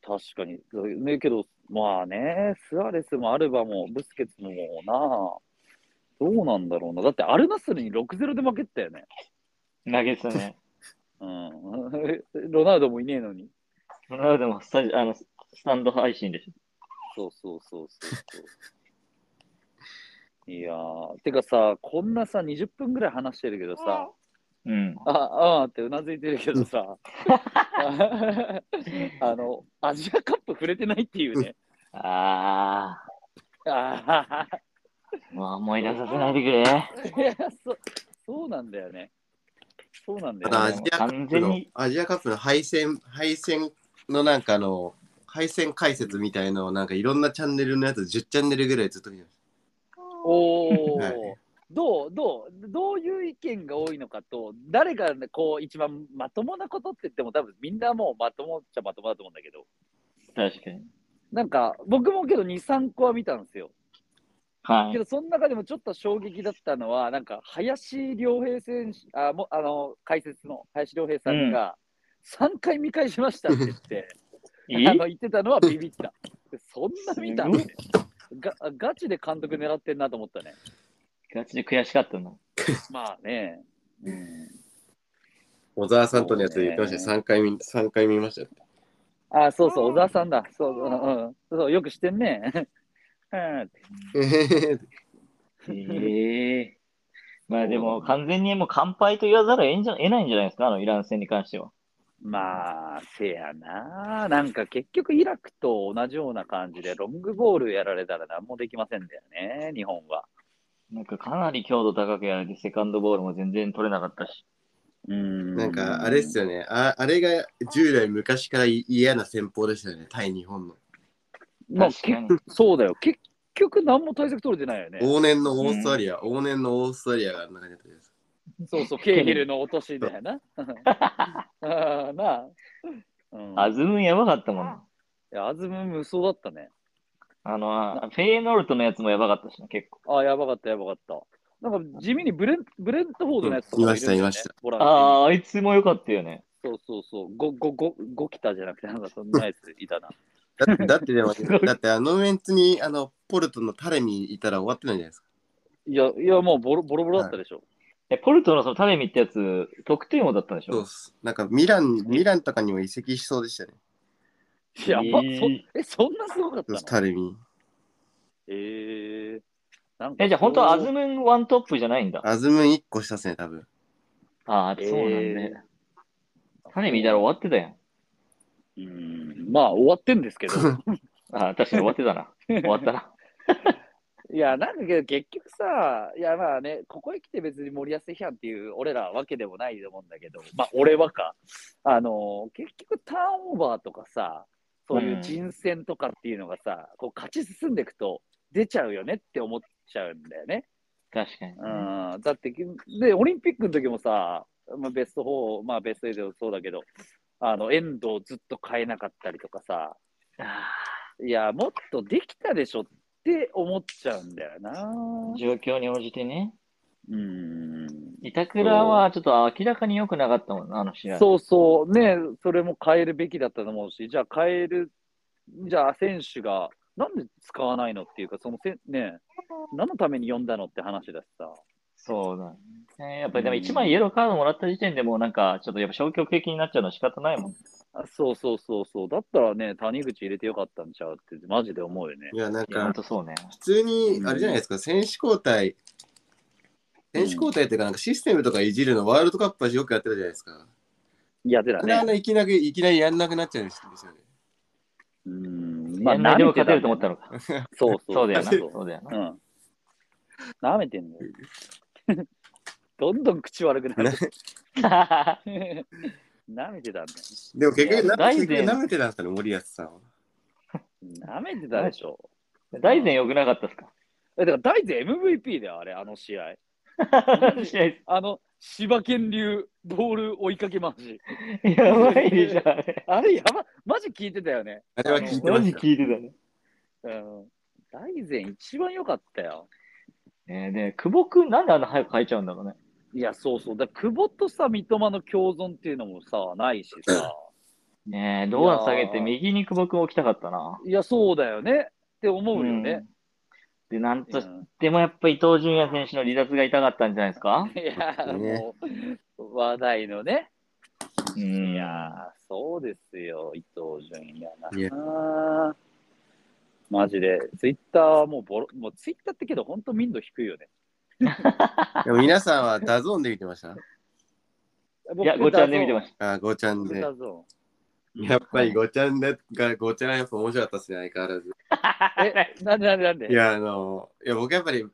Speaker 4: 確かに。ね、けど、まあね、スアレスもアルバも、ブスケツもな、どうなんだろうな。だって、アルナスルに6-0で負けてたよね。
Speaker 6: 投げてたね。
Speaker 4: うん。 ロナウドもいねえのに。
Speaker 6: そのでもスタジあの、スタンド配信でし
Speaker 4: そうそうそうそうそう。いやー、てかさ、こんなさ、20分ぐらい話してるけどさ、
Speaker 6: ょ。うん。
Speaker 4: ああーってうなずいてるけど さ、あの、アジアカップ触れてないっていう ね。
Speaker 6: あ
Speaker 4: ああ、
Speaker 6: ー、もう思い出させないでくれ。
Speaker 4: いやそ、そうなんだよね。そうなんだ
Speaker 5: あ
Speaker 4: よ
Speaker 5: のア
Speaker 4: ね。
Speaker 5: ジアカップ
Speaker 6: 完全
Speaker 5: の
Speaker 6: に、
Speaker 5: アジアカップの敗戦、敗戦のなんかあの、敗戦解説みたいのをなんかいろんなチャンネルのやつ10チャンネルぐらいずっと見てまし
Speaker 4: おお、
Speaker 5: はい
Speaker 4: どうどうどういう意見が多いのかと、誰がこう一番まともなことって言っても、多分みんなもうまともっちゃまともだと思うんだけど、
Speaker 6: 確かに。
Speaker 4: なんか僕もけど2、3個は見たんですよ。
Speaker 6: は
Speaker 4: け
Speaker 6: い。
Speaker 4: ど、その中でもちょっと衝撃だったのは、なんか林良平選手、あもあの解説の林良平さんが、3回見返しましたって言って。
Speaker 6: いい
Speaker 4: あの言ってたのはビビ った。そんな見た
Speaker 6: す
Speaker 4: っ
Speaker 6: ごい
Speaker 4: て。がガチで監督狙ってんなと思ったね。
Speaker 6: ガチで悔しかったな。
Speaker 4: まあね。うん、
Speaker 5: 小沢さんとのやつで言ってましたよ。
Speaker 4: そう
Speaker 5: 3回見、三回見ま したよ。
Speaker 4: あそうそう、小沢さんだ。そう、うんうん、そうよくしてんね。 うん
Speaker 6: ええまあでも完全にもう完敗と言わざるをえんじゃ得ないんじゃないですか、あのイラン戦に関しては。
Speaker 4: まあ、せやな。なんか結局、イラクと同じような感じで、ロングボールやられたら何もできませんだよね、日本は。
Speaker 6: なんかかなり強度高くやられて、セカンドボールも全然取れなかったし。
Speaker 4: うん
Speaker 5: なんか、あれっすよね。ああれが従来昔から嫌な戦法でしたよね。対日本の。
Speaker 4: まあ、
Speaker 6: 確
Speaker 4: 結
Speaker 6: かに。
Speaker 4: そうだよ。結局、何も対策取れてないよね。
Speaker 5: 往年のオーストラリア、往年のオーストラリアがあんな感じだったじゃないですか。
Speaker 4: そうそう、ケーヒルの落としだよな。 ああなあ。うん、
Speaker 6: アズムンやばかったもんな。
Speaker 4: いやアズム無双だったね。
Speaker 6: あの、あフェイエノルトのやつもやばかったしな、結構。
Speaker 4: ああ、やばかった、やばかった。なんか地味にブレンブレントフォードのやつとかも
Speaker 5: いました
Speaker 4: るんだよね
Speaker 5: いました。
Speaker 4: ボランティアに
Speaker 6: ああー、あいつも良かったよね。
Speaker 4: そうそうそう。ごごごごきたじゃなくて、なんかそんなやついたな。
Speaker 5: だってだってでもだってあのメンツにあのポルトのタレミいたら終わってないじゃないですか。
Speaker 4: いや、いやもうボロボロボロだったでしょ。
Speaker 6: え、ポルトのそのタレミってやつ、得点王だったんでし
Speaker 5: そう
Speaker 6: ょ
Speaker 5: っす。なんかミラン、ミランとかにも移籍しそうでしたね。
Speaker 4: い、や、ま
Speaker 6: えー
Speaker 4: そえ、そんなすごかったの
Speaker 5: タレミ。
Speaker 4: ええなんか
Speaker 6: え、じゃあ本当はアズ
Speaker 4: ム
Speaker 6: ムンワントップじゃないんだ。
Speaker 5: アズムン1個したっすね、多分。
Speaker 6: ああ、そうなんだ
Speaker 4: え
Speaker 6: ね。タレミだろ、終わってたやん。
Speaker 4: うん、まあ終わってんです けど。
Speaker 6: ああ、確かに終わってたな。終わったな。
Speaker 4: いや、なんだけど、結局さ、いや、まあね、ここへ来て別に森保批判っていう、俺らわけでもないと思うんだけど、まあ、俺はか。あのー、結局、ターンオーバーとかさ、そういう人選とかっていうのがさ、こう勝ち進んでいくと、出ちゃうよねって思っちゃうんだよね。
Speaker 6: 確かに。
Speaker 4: うん、だって、で、オリンピックの時もさ、まあ、ベスト4、まあ、ベスト8でもそうだけど、あの、遠藤ずっと変えなかったりとかさ、
Speaker 6: あ
Speaker 4: いや、もっとできたでしょって思っちゃうんだよな
Speaker 6: あ。状況に応じてね。
Speaker 4: うーん
Speaker 6: 板倉はちょっと明らかに良くなかったもんな、あの試合。
Speaker 4: そうそう、ね、それも変えるべきだったと思うし、じゃあ変える、じゃあ選手が、なんで使わないのっていうか、そのせね、何のために呼んだのって話だしさ。
Speaker 6: そうだね。やっぱりでも1枚イエローカードもらった時点でもうなんかちょっとやっぱ消極的になっちゃうのは仕方ないもん。
Speaker 4: あそうそうそうそう、だったらね、谷口入れてよかったんちゃうって、マジで思うよ ね。
Speaker 5: いや、なん
Speaker 6: いや、ほん
Speaker 5: か
Speaker 6: とそうね。
Speaker 5: 普通に、あれじゃないですか、選手交代。選手交代っていうか、なんかシステムとかいじるの、ワールドカップはよくやってたじゃないですか。
Speaker 4: いや、てだ
Speaker 5: あれあ
Speaker 4: ね。
Speaker 5: のいきなり、いきなりやんなくなっちゃうんですよね。
Speaker 4: うーん、
Speaker 6: まあ、何でも勝てると思った
Speaker 4: ら。
Speaker 6: のか。
Speaker 4: そうそう。
Speaker 6: そうだ よな。
Speaker 4: そう
Speaker 6: そうだよな。
Speaker 4: うん。舐めてんのよ。 どんどん口悪くなる。 舐めてたんだよ。
Speaker 5: でも結
Speaker 6: い
Speaker 5: 局、
Speaker 6: や
Speaker 5: な
Speaker 6: 大
Speaker 5: 結
Speaker 6: 然
Speaker 5: 局舐めてたんですかね、森保さんは。
Speaker 4: 舐めてたでしょ。
Speaker 6: 大然良くなかったっすか
Speaker 4: え、だから大前 MVP だよ、あれ、あの試合。
Speaker 6: 試合
Speaker 4: あの、柴犬流、ボール追いかけ回し。
Speaker 6: やばいでしょ、あれ。
Speaker 4: あれ、やば、マジ聞いてたよね。
Speaker 5: あれは聞いて
Speaker 6: マ
Speaker 5: ま
Speaker 6: ジ
Speaker 5: した。
Speaker 6: 聞いてたね。
Speaker 4: うん。大前一番良かったよ。
Speaker 6: えー、で、久保君なんであんな早く変えちゃうんだろうね。
Speaker 4: いや、そうそう。だから久保とさ、三笘の共存っていうのもさ、ないしさ。
Speaker 6: ねえ、堂安下げ
Speaker 4: い
Speaker 6: て
Speaker 4: やー
Speaker 6: 右に久保君置きたかったな。
Speaker 4: いや、そうだよね。って思うよね。
Speaker 6: うん。で、なん
Speaker 4: う
Speaker 6: とし
Speaker 4: ん
Speaker 6: てもやっぱ伊東純也選手の離脱が痛かったんじゃないですか
Speaker 4: いや、
Speaker 5: ね
Speaker 4: もう、話題のね。
Speaker 6: うん
Speaker 4: いやー、そうですよ、伊藤純也
Speaker 5: いや
Speaker 4: な。マジで、ツイッターはもうボロ、もうツイッターってけど、本当、民度低いよね。
Speaker 5: でも皆さんはダゾーンで見てました
Speaker 6: いや、ごちゃんで見て
Speaker 4: し
Speaker 6: ました。
Speaker 5: あ、5ちゃんで。
Speaker 4: ダゾ
Speaker 5: やっぱりごちゃんだが、ごちゃんはやっぱ面白かったですね、相変わらず。
Speaker 4: ーン。え、なんでなんでなんで
Speaker 5: いや、あの、いや、僕やっぱり、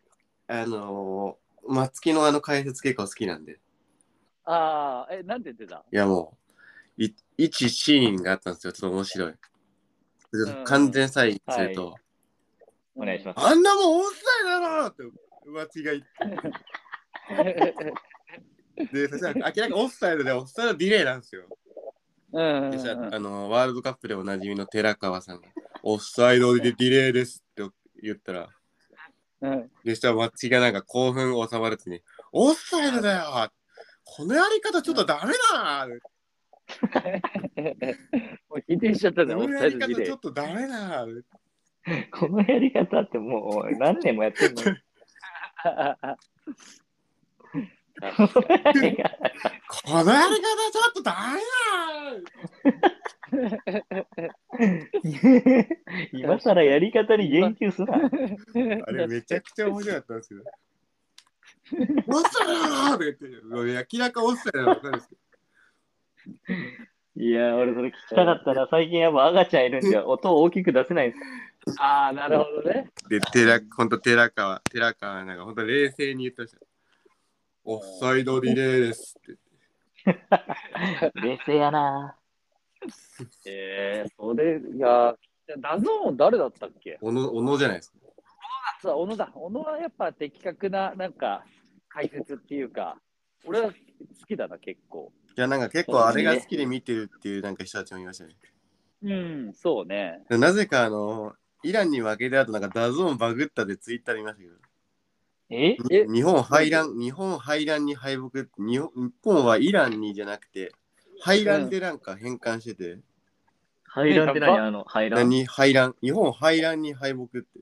Speaker 5: あの、松木のあの解説結構好きなんで、
Speaker 4: ああ、え、なんて言ってた
Speaker 5: いやもう、い一シーンがあったんですよ、ちょっと面白い。ちょっ
Speaker 4: うん
Speaker 5: と完全再現すると、
Speaker 6: お願いします。
Speaker 5: あんなもんオフサイドだろって松木が言って、で、そしたら明らかにオフサイドで、オフサイドディレイなんですよ。
Speaker 4: うんうん
Speaker 5: でさ
Speaker 4: うん
Speaker 5: あのワールドカップでおなじみの寺川さんが、オフサイドでディレイですって言ったら、
Speaker 4: うん
Speaker 5: でしたら私がなんか興奮収まらずに、オフサイドだよこのやり方ちょっとダメだ
Speaker 4: もう否定しちゃった
Speaker 5: こ
Speaker 4: ね、オ
Speaker 5: の
Speaker 4: フ
Speaker 5: や
Speaker 4: サイ
Speaker 5: り
Speaker 4: ド事
Speaker 5: 方
Speaker 4: 例
Speaker 5: ちょ っとダメだ
Speaker 6: このやり方ってもう何年もや ってんのに。
Speaker 5: このや
Speaker 6: このやり方
Speaker 5: り方ちょっとダメだ
Speaker 6: 今更やり方に言及すな。
Speaker 5: あれめちゃくちゃ面白かったんですけど。オフサイドだよって言ってる、明らかオフサイドなの分かるんですけど。
Speaker 6: いや、俺それ聞きたかったな。最近やっぱ赤ちゃんいるんじゃ音を大きく出せないんです。
Speaker 4: ああ、なるほどね。
Speaker 5: で、寺、本当寺川、寺川なんか本当冷静に言ってました。オフサイドリレーですって。
Speaker 6: 冷静やな。
Speaker 4: ええそれ、いや、ダゾーン誰だったっけ
Speaker 5: おの、おのじゃないですか。
Speaker 4: さあ、小野だ。小野はやっぱ的確な、なんか、解説っていうか、俺は好きだな、結構。
Speaker 5: いや、なんか結構あれが好きで見てるっていうなんか人たちもいましたね。
Speaker 4: うん、そうね。
Speaker 5: でなぜかあの、イランに負けた後なんかダゾーンバグったでツイッターで見ましたけど。
Speaker 6: え
Speaker 4: え
Speaker 5: 日本敗乱、日本敗乱に敗北日本、日本はイランにじゃなくて、敗乱でなんか変換してて、
Speaker 6: 排卵って何あの、排 卵。
Speaker 5: 何敗乱、日本敗乱に敗北って。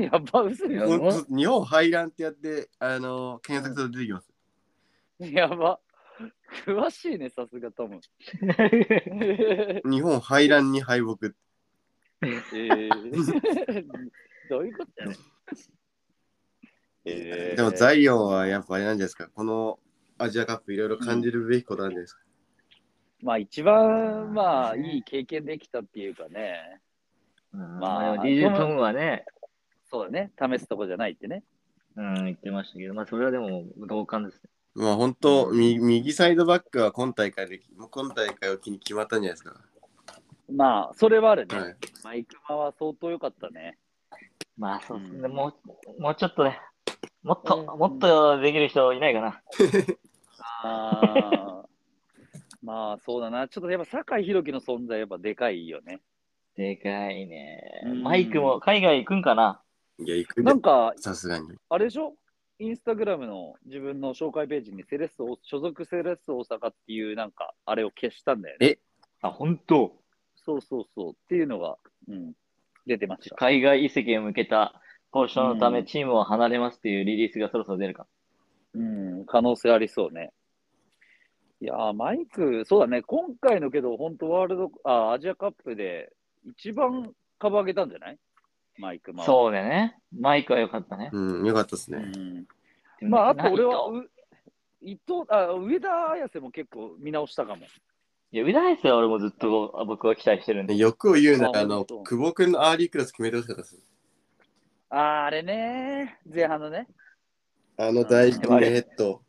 Speaker 4: やっぱ嘘
Speaker 6: や
Speaker 4: よ。
Speaker 6: ば
Speaker 5: ほんと日本敗乱ってやって、あの、検索すると出てきます。
Speaker 4: やば。詳しいね、さすがトム。
Speaker 5: 日本敗乱に敗北って。
Speaker 4: どういうことやねん。えー
Speaker 5: でもザイオンはやっぱあれなんじゃないですか、このアジアカップいろいろ感じるべきことなんじゃないですか。
Speaker 4: まあ一番まあいい経験できたっていうかね、
Speaker 6: まあ、DJ トムはね、
Speaker 4: そうだね、試すとこじゃないってね。
Speaker 6: うん、言ってましたけど、まあ、それはでも同感ですね。
Speaker 5: まあ本当、み右サイドバックは今大会で、もう今大会を機に決まったんじゃないですか。
Speaker 4: まあそれはあるね。
Speaker 5: はい。
Speaker 4: マイクマは相当良かったね。
Speaker 6: まあ、そうですね、
Speaker 4: うん
Speaker 6: もう、もうちょっとね、もっと、
Speaker 4: うん
Speaker 6: もっとできる人いないかな。
Speaker 4: あ ーまあそうだな、ちょっとやっぱ酒井宏樹の存在やっぱでかいよね。
Speaker 6: でかいね
Speaker 4: うん。
Speaker 6: マイクも海外行くんかない
Speaker 5: や、行くんだ
Speaker 4: なんか
Speaker 5: さすがに。
Speaker 4: あれでしょインスタグラムの自分の紹介ページにセレッソ大所属セレッソ大阪っていうなんかあれを消したんだよね。
Speaker 6: あ、本当
Speaker 4: そうそうそうっていうのが、うん、出てました。
Speaker 6: 海外移籍へ向けた交渉のため
Speaker 4: うん
Speaker 6: チームを離れますっていうリリースがそろそろ出るか。
Speaker 4: うん、可能性ありそうね。いやー、マイク、そうだね、今回のけど、本当ワールド、あ、アジアカップで一番株上げたんじゃないマイクマン。
Speaker 6: そうだよね。マイクは良かったね。
Speaker 5: うん、よかったです
Speaker 4: う
Speaker 5: ね。
Speaker 4: ん。
Speaker 6: でも
Speaker 4: まあ、あ
Speaker 6: な
Speaker 4: と俺
Speaker 6: い
Speaker 4: は
Speaker 6: と、
Speaker 4: う伊藤あ上田綺世も結構見直したかも。
Speaker 6: いや、ウダイスは俺もずっと僕は期待してるんで。
Speaker 5: 欲を言うな
Speaker 4: あ
Speaker 5: ら、あの、
Speaker 4: 本当
Speaker 5: 久保君のアーリークロス決めてほしかったです。
Speaker 4: あーあれね、前半のね。
Speaker 5: あの大
Speaker 6: でもあ
Speaker 5: 金
Speaker 6: れ
Speaker 5: ヘッド。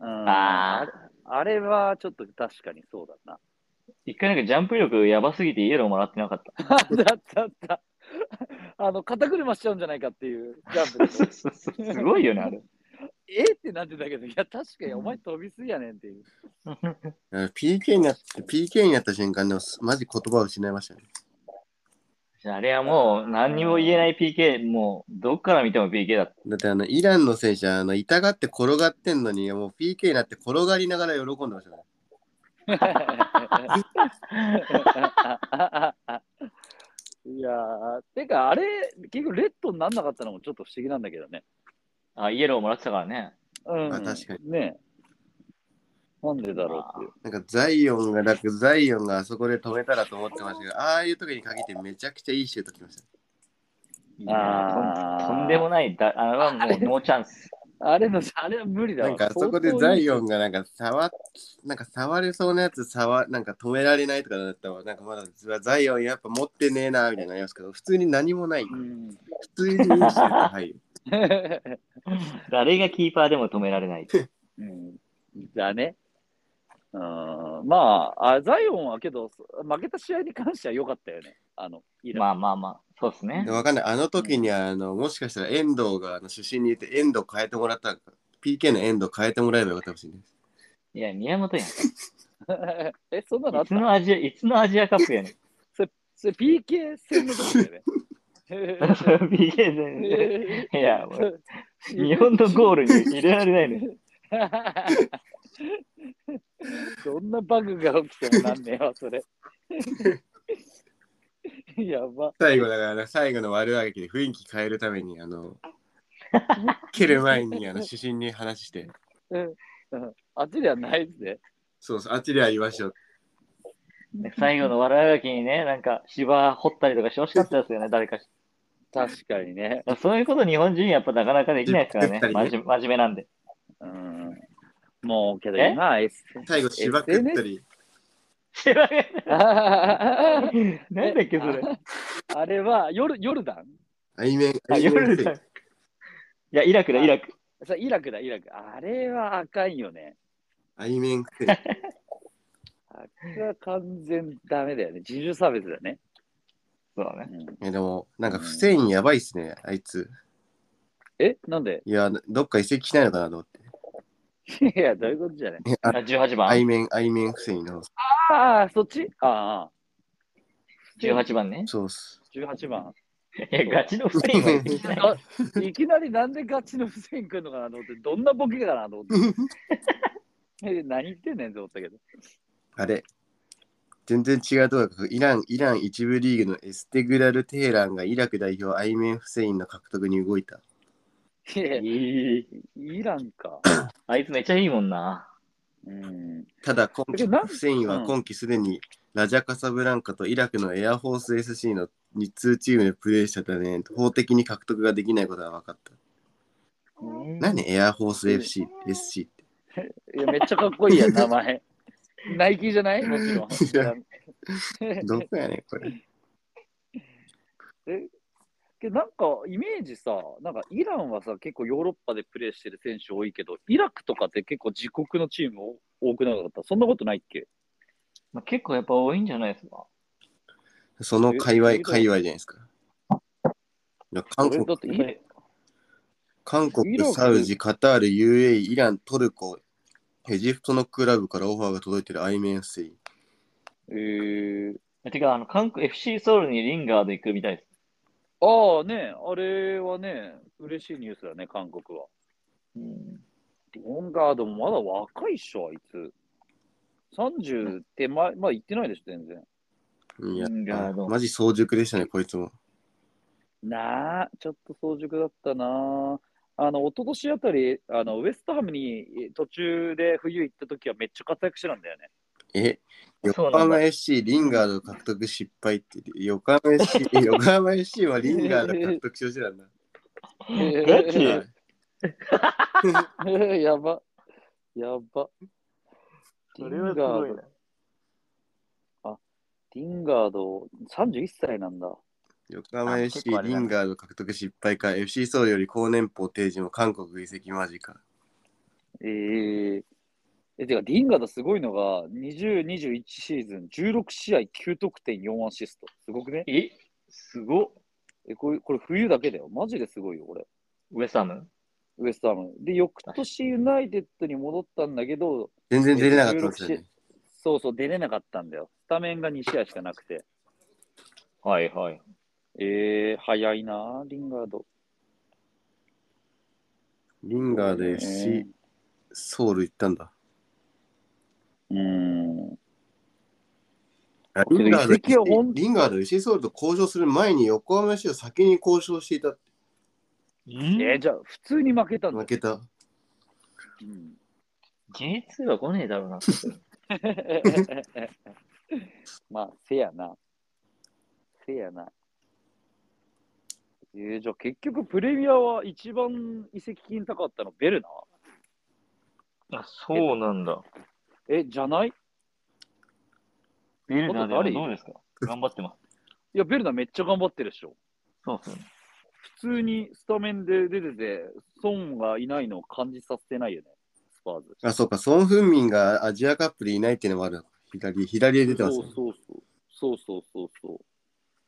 Speaker 4: うん、
Speaker 6: ああ、
Speaker 4: あれはちょっと確かにそうだな。
Speaker 6: 一回なんかジャンプ力やばすぎてイエローもらってなかった。
Speaker 4: あったあった。あの、肩車しちゃうんじゃないかっていうジャンプでしょ
Speaker 6: そうそうそうす ごいよね、あれ。
Speaker 4: えってなってたけど、いや、確かにお前飛びすぎやねんって いう。
Speaker 5: あの PK になって、PK になった瞬間でも、マジ言葉を失いましたね。
Speaker 6: あれはもう何にも言えない PK、もうどっから見ても PK だった。
Speaker 5: だってあの、イランの選手は、あの、痛がって転がってんのに、もう PK になって転がりながら喜んでましたね。
Speaker 4: いやー、てか、あれ、結局、レッドになんなかったのもちょっと不思議なんだけどね。
Speaker 6: あ、イエローもらってたからね。
Speaker 4: うん、
Speaker 5: あ確か
Speaker 4: に。ねえなんでだろうっていう。
Speaker 5: なんかザイオンが楽、ザイオンがあそこで止めたらと思ってましたけど、ああいう時に限ってめちゃくちゃいいシュートきました。
Speaker 6: い
Speaker 4: あ
Speaker 6: や
Speaker 4: ー
Speaker 6: とんとんでもないだ、あれはもうノーチャ ンス。
Speaker 4: あれの、あれは無理だわ
Speaker 5: なんかあそこでザイオンがなんか触っ、なんか触れそうなやつ触、なんか止められないとかだったら、なんかまだザイオンやっぱ持ってねえなみたいになりますけど、普通に何もない。
Speaker 4: うん
Speaker 5: 普通にいいシュート入る。
Speaker 6: 誰がキーパーでも止められない。
Speaker 4: うんだね。うん、まああ、ザイオンはけど、負けた試合に関しては良かったよね。あの、 イラン。
Speaker 6: まあまあまあ、そうですね
Speaker 5: で。わかんない。あの時にあの、もしかしたら遠藤があの出身にいて遠藤変えてもらった PK のエンド変えてもらえばよかったかもしれないです。
Speaker 6: いや、宮本やん。い
Speaker 4: え、そんなのあっ
Speaker 6: つ
Speaker 4: た
Speaker 6: のアジア、いつのアジアカップ やねん。
Speaker 4: それ PK 戦の時だよね。
Speaker 6: PK で。いや、もう日本のゴールに入れら れないのよ。
Speaker 4: どんなバグが起きてもなんねえわ、それ。 やば。
Speaker 5: 最後だから、最後の悪あげきで雰囲気変えるために、あの、 蹴る前にあの主審に話して、
Speaker 4: あっちではないですね。
Speaker 5: そうそう、あっちでは言わしよう。
Speaker 6: 最後の笑いがきにね、なんか芝掘ったりとかしてほしかったですよね、誰かし。
Speaker 4: 確かにね。
Speaker 6: そういうこと日本人やっぱなかなかできないですからね、
Speaker 5: 絶対
Speaker 6: 真
Speaker 5: ね
Speaker 6: 面真面目なんで。
Speaker 4: うん。もう、けど
Speaker 6: え
Speaker 4: 今、S。
Speaker 5: 最後、芝食った り、
Speaker 6: 知らない
Speaker 4: あ
Speaker 6: なんだっけ、それ。
Speaker 4: あれはヨル、ヨルダン
Speaker 5: あいめん、
Speaker 6: あ、
Speaker 5: あいめん
Speaker 6: 夜だ。いや、イラクだ、イラク。
Speaker 4: さイラクだ、イラク。あれはあかんよね。
Speaker 5: あいめんくせに
Speaker 4: あれは完全ダメだよね。人種差別だよね。
Speaker 6: そうね。
Speaker 5: えでも、なんか、フセインやばいっすね、あいつ。
Speaker 4: え、なんで
Speaker 5: いや、どっか移籍しないのかなと思って。
Speaker 4: いや、どういうことじゃね
Speaker 6: あ18
Speaker 5: あ
Speaker 6: 番
Speaker 5: い。めん、あいめんフセインの。
Speaker 4: ああ、そっちああ、
Speaker 6: 18番ね。
Speaker 5: そうっす。
Speaker 4: 18番。
Speaker 6: いや、ガチの不正が出てきてない。
Speaker 4: あいきなりなんでガチのフセイン来るのかなと思って、どんなボケかなと思って。え何言ってんねんって思ったけど。
Speaker 5: あれ全然違うとこだけどイラン、イラン一部リーグのエステグラル・テヘランがイラク代表アイメン・フセインの獲得に動いた。
Speaker 4: い やいや
Speaker 6: いい
Speaker 4: イランか。
Speaker 6: あいつめっちゃいいもんな。
Speaker 4: うん。
Speaker 5: ただ今
Speaker 4: え
Speaker 5: 季、
Speaker 4: なん
Speaker 5: フセイン
Speaker 4: う
Speaker 5: は
Speaker 4: ん
Speaker 5: 今季すでにラジャカサブランカとイラクのエアフォース SC の日通チームでプレーしたため、法的に獲得ができないことが分かった。何エアフォース FC、SC って。
Speaker 4: いや、めっちゃかっこい いやん、名前。ナイキじゃないもちろん。
Speaker 5: いや どこやねん、これ。
Speaker 4: けどなんかイメージさ、なんかイランはさ、結構ヨーロッパでプレーしてる選手多いけど、イラクとかって結構自国のチーム多多くなかった。そんなことないっけ
Speaker 6: まあ、結構やっぱ多いんじゃないですか。
Speaker 5: その界
Speaker 4: え
Speaker 5: 隈、
Speaker 4: どこ
Speaker 5: 界隈じゃないですか。いや韓
Speaker 4: 俺だって
Speaker 5: 国、
Speaker 4: イラ
Speaker 5: 韓
Speaker 4: イラ
Speaker 5: 国、
Speaker 4: ク
Speaker 5: サウジ、カタール、UAE、イラン、トルコ、エジプトのクラブからオファーが届いてるアイメンスイ。
Speaker 4: えー、
Speaker 6: てか、あの、韓国 FC ソウルにリンガード行くみたいです。
Speaker 4: ああね、あれはね、嬉しいニュースだね、韓国は。
Speaker 6: うん、
Speaker 4: ロンガードもまだ若いっしょ、あいつ。30手前、まあ行ってないでしょ、全然。
Speaker 5: いや
Speaker 6: リンガー、ド
Speaker 5: マジ早熟でしたね、こいつも。
Speaker 4: なあ、ちょっと早熟だったなあ。あの、一昨年あたり、あの、ウエストハムにえ途中で冬行った時はめっちゃ活躍してたんだよね。
Speaker 5: え
Speaker 6: そ
Speaker 5: 横
Speaker 6: うなんだ
Speaker 5: 浜 FC リンガード獲得失敗って横浜 FC 横浜 FC はリンガード獲得しようしてたんだ。
Speaker 6: ガチ
Speaker 5: はい
Speaker 4: やば。やば。
Speaker 6: それはすごいな。
Speaker 4: リンガード、31歳なんだ。
Speaker 5: 横浜
Speaker 6: あ
Speaker 5: FC
Speaker 6: 結構あれ
Speaker 5: リ
Speaker 6: だね
Speaker 5: ンガード獲得失敗か FC ソウルより高年俸提示も韓国移籍間近。
Speaker 4: えー、え、てか、リンガードすごいのが、20、21シーズン、16試合9得点4アシスト。すごくね
Speaker 6: えすごっ。
Speaker 4: えこれ、これ冬だけだよ。マジですごいよ、これ。
Speaker 6: ウェサム。
Speaker 4: ウエストハム。で、翌年ユナイテッドに戻ったんだけど、
Speaker 5: 全然出れなかったんですよね。
Speaker 4: そうそう、出れなかったんだよ。スタメンが2試合しかなくて。
Speaker 6: はいはい。
Speaker 4: えー、早いなリンガード。
Speaker 5: リンガード FC ソウル行ったんだ。
Speaker 4: うん。
Speaker 5: あ
Speaker 4: けど
Speaker 5: リンガード
Speaker 4: 移籍はほん
Speaker 5: FC リンガード FC ソウルと交渉する前に横浜 FC を先に交渉していたって
Speaker 4: えー、じゃあ、普通に負けたんだ
Speaker 5: 負。けた。
Speaker 4: うん、
Speaker 6: J2 は来ねえだろうな。
Speaker 4: まあ、せやな。せやな。えー、じゃあ結局プレミアは一番移籍金高かったのベルナ
Speaker 6: あ、そうなんだ。
Speaker 4: え、じゃない
Speaker 6: ビルダーでは
Speaker 4: あと誰
Speaker 6: どうですか頑張ってます。
Speaker 4: いや、ベルナめっちゃ頑張ってるでしょ。
Speaker 6: そうそう。
Speaker 4: 普通にスタメンで出てて、損がいないのを感じさせてないよね、スパーズ。
Speaker 5: あ、そうか、ソン・フンミンがアジアカップでいないっていうのもあるのか。左、左で出てます、
Speaker 4: そ
Speaker 5: ね
Speaker 4: う。そうそう。そうそうそうそう。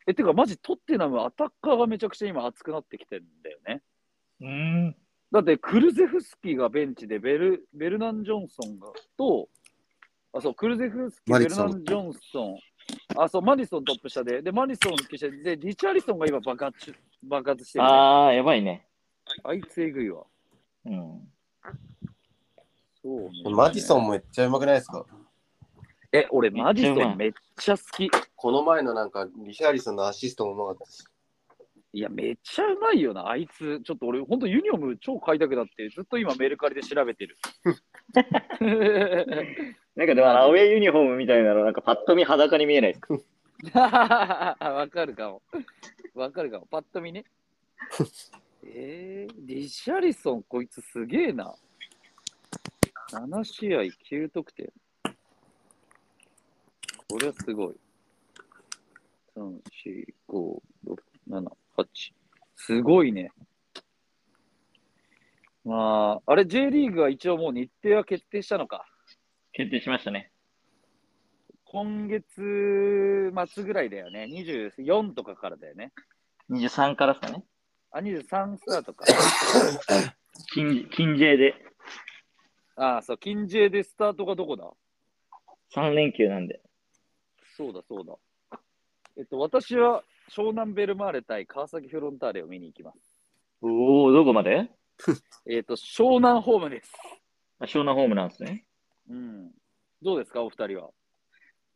Speaker 4: え、てか、マジトッテナム、アタッカーがめちゃくちゃ今熱くなってきてんだよね。
Speaker 6: うーん。
Speaker 4: だって、クルゼフスキがベンチで、ベル、ベルナン・ジョンソンが、と、あ、そう、クルゼフスキ、
Speaker 5: マ
Speaker 4: ベ
Speaker 5: リ
Speaker 4: ル
Speaker 5: ソ
Speaker 4: ナ
Speaker 5: ン
Speaker 4: ン・ジョンソン、あ、そう、マリソントップ下で、で、マリソン復帰して、で、リチャーリソンが今爆発し、爆発してる、ね。あ
Speaker 6: あー、やばいね。
Speaker 4: いつえぐいわ。
Speaker 6: うん。
Speaker 4: そう、ね。
Speaker 5: マジソンめっちゃうまくないですか
Speaker 4: え、俺、マジソンめっちゃ好き。
Speaker 5: この前のなんか、リシャーリソンのアシストもうまかったし。
Speaker 4: いや、めっちゃうまいよな、あいつ。ちょっと俺、ほんとユニフォーム超買いたくなって、ずっと今メルカリで調べてる。
Speaker 6: なんかでも、アウェイユニフォームみたいなの、なんかパッと見裸に見えないですか
Speaker 4: わかるかも。わかるかも。パッと見ね。えー、リシャリソン、こいつすげえな。7試合9得点。これはすごい。3、4、5、6、7、8。すごいね。まあ、あれ、J リーグは一応もう日程は決定したのか。
Speaker 6: 決定しましたね。
Speaker 4: 今月末ぐらいだよね。24とかからだよね。
Speaker 6: 23からですかね。
Speaker 4: あ、23スタート か。
Speaker 6: 金、金 J で。
Speaker 4: ああ、そう、近 J でスタートがどこだ
Speaker 6: 3連休なんで。
Speaker 4: そうだ、そうだ。えっと、私は湘南ベルマーレ対川崎フロンターレを見に行きます。
Speaker 6: おおどこまで
Speaker 4: えっと、湘南ホームです。
Speaker 6: あ湘南ホームなんですね。
Speaker 4: うん。どうですか、お二人は。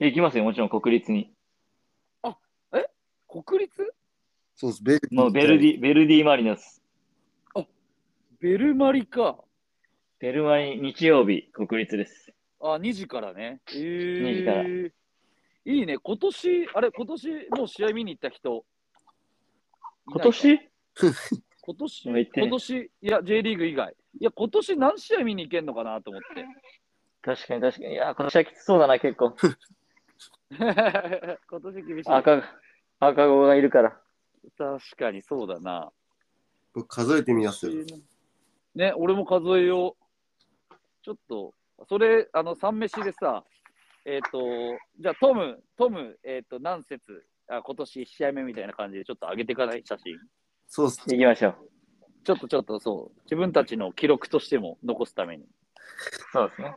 Speaker 6: え行きますよ、もちろん国立に。
Speaker 4: 国立
Speaker 5: そうです、ベル
Speaker 6: もうベルディ、ベルディマリノス。
Speaker 4: ベルマリか。
Speaker 6: ベルマリ、日曜日、国立です。
Speaker 4: あ、2時からね。えー、
Speaker 6: 2時から
Speaker 4: いいね、今年、あれ、今年もう試合見に行った人。
Speaker 6: 今年
Speaker 4: 今年、
Speaker 6: もう行ってね
Speaker 4: 今年、いや、J リーグ以外。いや、今年何試合見に行けんのかなと思って。
Speaker 6: 確かに確かに。いやー、今年はきつそうだな、 結構。
Speaker 4: 今年厳しい。
Speaker 6: 赤、赤子がいるから。
Speaker 4: 確かにそうだな。
Speaker 5: 僕数えてみますよ。
Speaker 4: ね、俺も数えよう。ちょっと、それ、あの、三飯でさ、えっ、と、じゃあ、トム、トム、えっ、と、何節、あ今年1試合目みたいな感じで、ちょっと上げていかない写真。
Speaker 5: そうっす。
Speaker 6: 行きましょう。
Speaker 4: ちょっとちょっと、そう、自分たちの記録としても残すために。
Speaker 6: そうですね。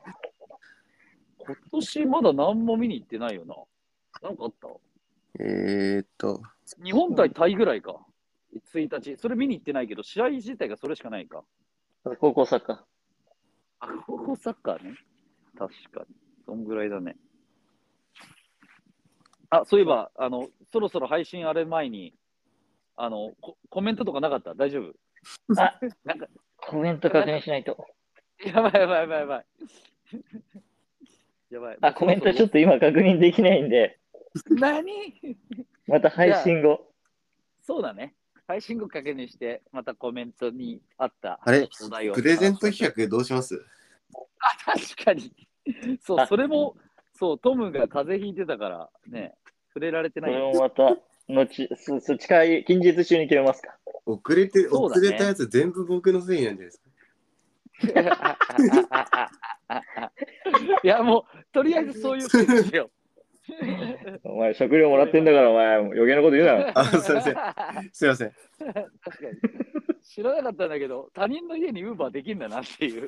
Speaker 4: 今年まだ何も見に行ってないよな。なんかあった
Speaker 5: えー、っと、
Speaker 4: 日本対タイぐらいか。1日。それ見に行ってないけど、試合自体がそれしかないか。
Speaker 6: あと高校サッカー。
Speaker 4: あ、高校サッカーね。確かに。そんぐらいだね。あ、そういえば、あの、そろそろ配信あれ前に、あの、ココメントとかなかった大丈夫
Speaker 6: あ
Speaker 4: なんか、
Speaker 6: コメント確認しないと。
Speaker 4: やばいやばいやばいやばい。 やばい。
Speaker 6: あ、コメントちょっ
Speaker 4: と。
Speaker 6: と今確認できないんで、
Speaker 4: 何
Speaker 6: また配信後。
Speaker 4: そうだね。配信後確認して、またコメントにあった
Speaker 5: あれ
Speaker 4: お題を
Speaker 5: プレゼント企画どうします
Speaker 4: 確かに。そう、
Speaker 6: あ
Speaker 4: それも、そう、トムが風邪ひいてたから、ね、触れられて
Speaker 6: こ
Speaker 4: ない
Speaker 6: れ。もまた、後、そ、そ、近い、近日中に決めますか。
Speaker 5: 遅れて、
Speaker 4: そうだね
Speaker 5: 遅れたやつ全部僕のせいになんじゃないですか
Speaker 4: いや、もう、とりあえずそういう感じよ。
Speaker 6: お前、食料もらってんだから、お前、余計なこと言うな よ。
Speaker 5: あすいません
Speaker 4: 確
Speaker 5: すいません。
Speaker 4: かに。知らなかったんだけど、他人の家にウーバーできんだなっていう。
Speaker 6: ね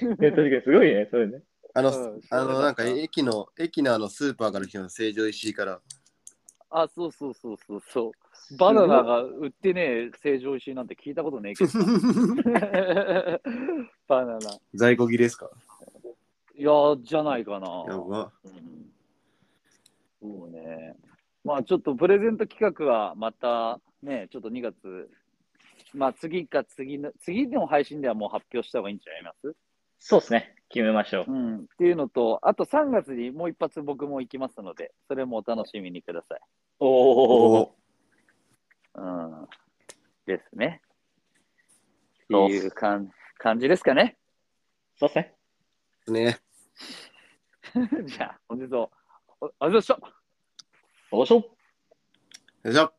Speaker 6: 確かにすごいね、それね。
Speaker 5: あの、
Speaker 4: うん
Speaker 5: あの、なんか
Speaker 4: そうだった
Speaker 5: 駅の、駅のあのスーパーから来たの、成城石井から。
Speaker 4: あ、そうそうそうそうそう。バナナが売ってねえ成城石井なんて聞いたことねえけ ど。バナナ。
Speaker 5: 在庫切れですか
Speaker 4: いやー、じゃないかな。
Speaker 5: やば。
Speaker 4: うんそうね。まあちょっとプレゼント企画はまたね、ちょっと2月、まあ次か次の、次の配信ではもう発表した方がいいんちゃいます
Speaker 6: そうですね。決めましょう
Speaker 4: う。ん。っていうのと、あと3月にもう一発僕も行きますので、それもお楽しみにください。
Speaker 6: おお。
Speaker 4: うん。ですね。って
Speaker 6: そう
Speaker 4: いう感感じですかね。
Speaker 6: そうですね。
Speaker 5: ね。
Speaker 4: じゃあ、本日は、おありがとうございました。
Speaker 6: おしょ
Speaker 5: よいしょ。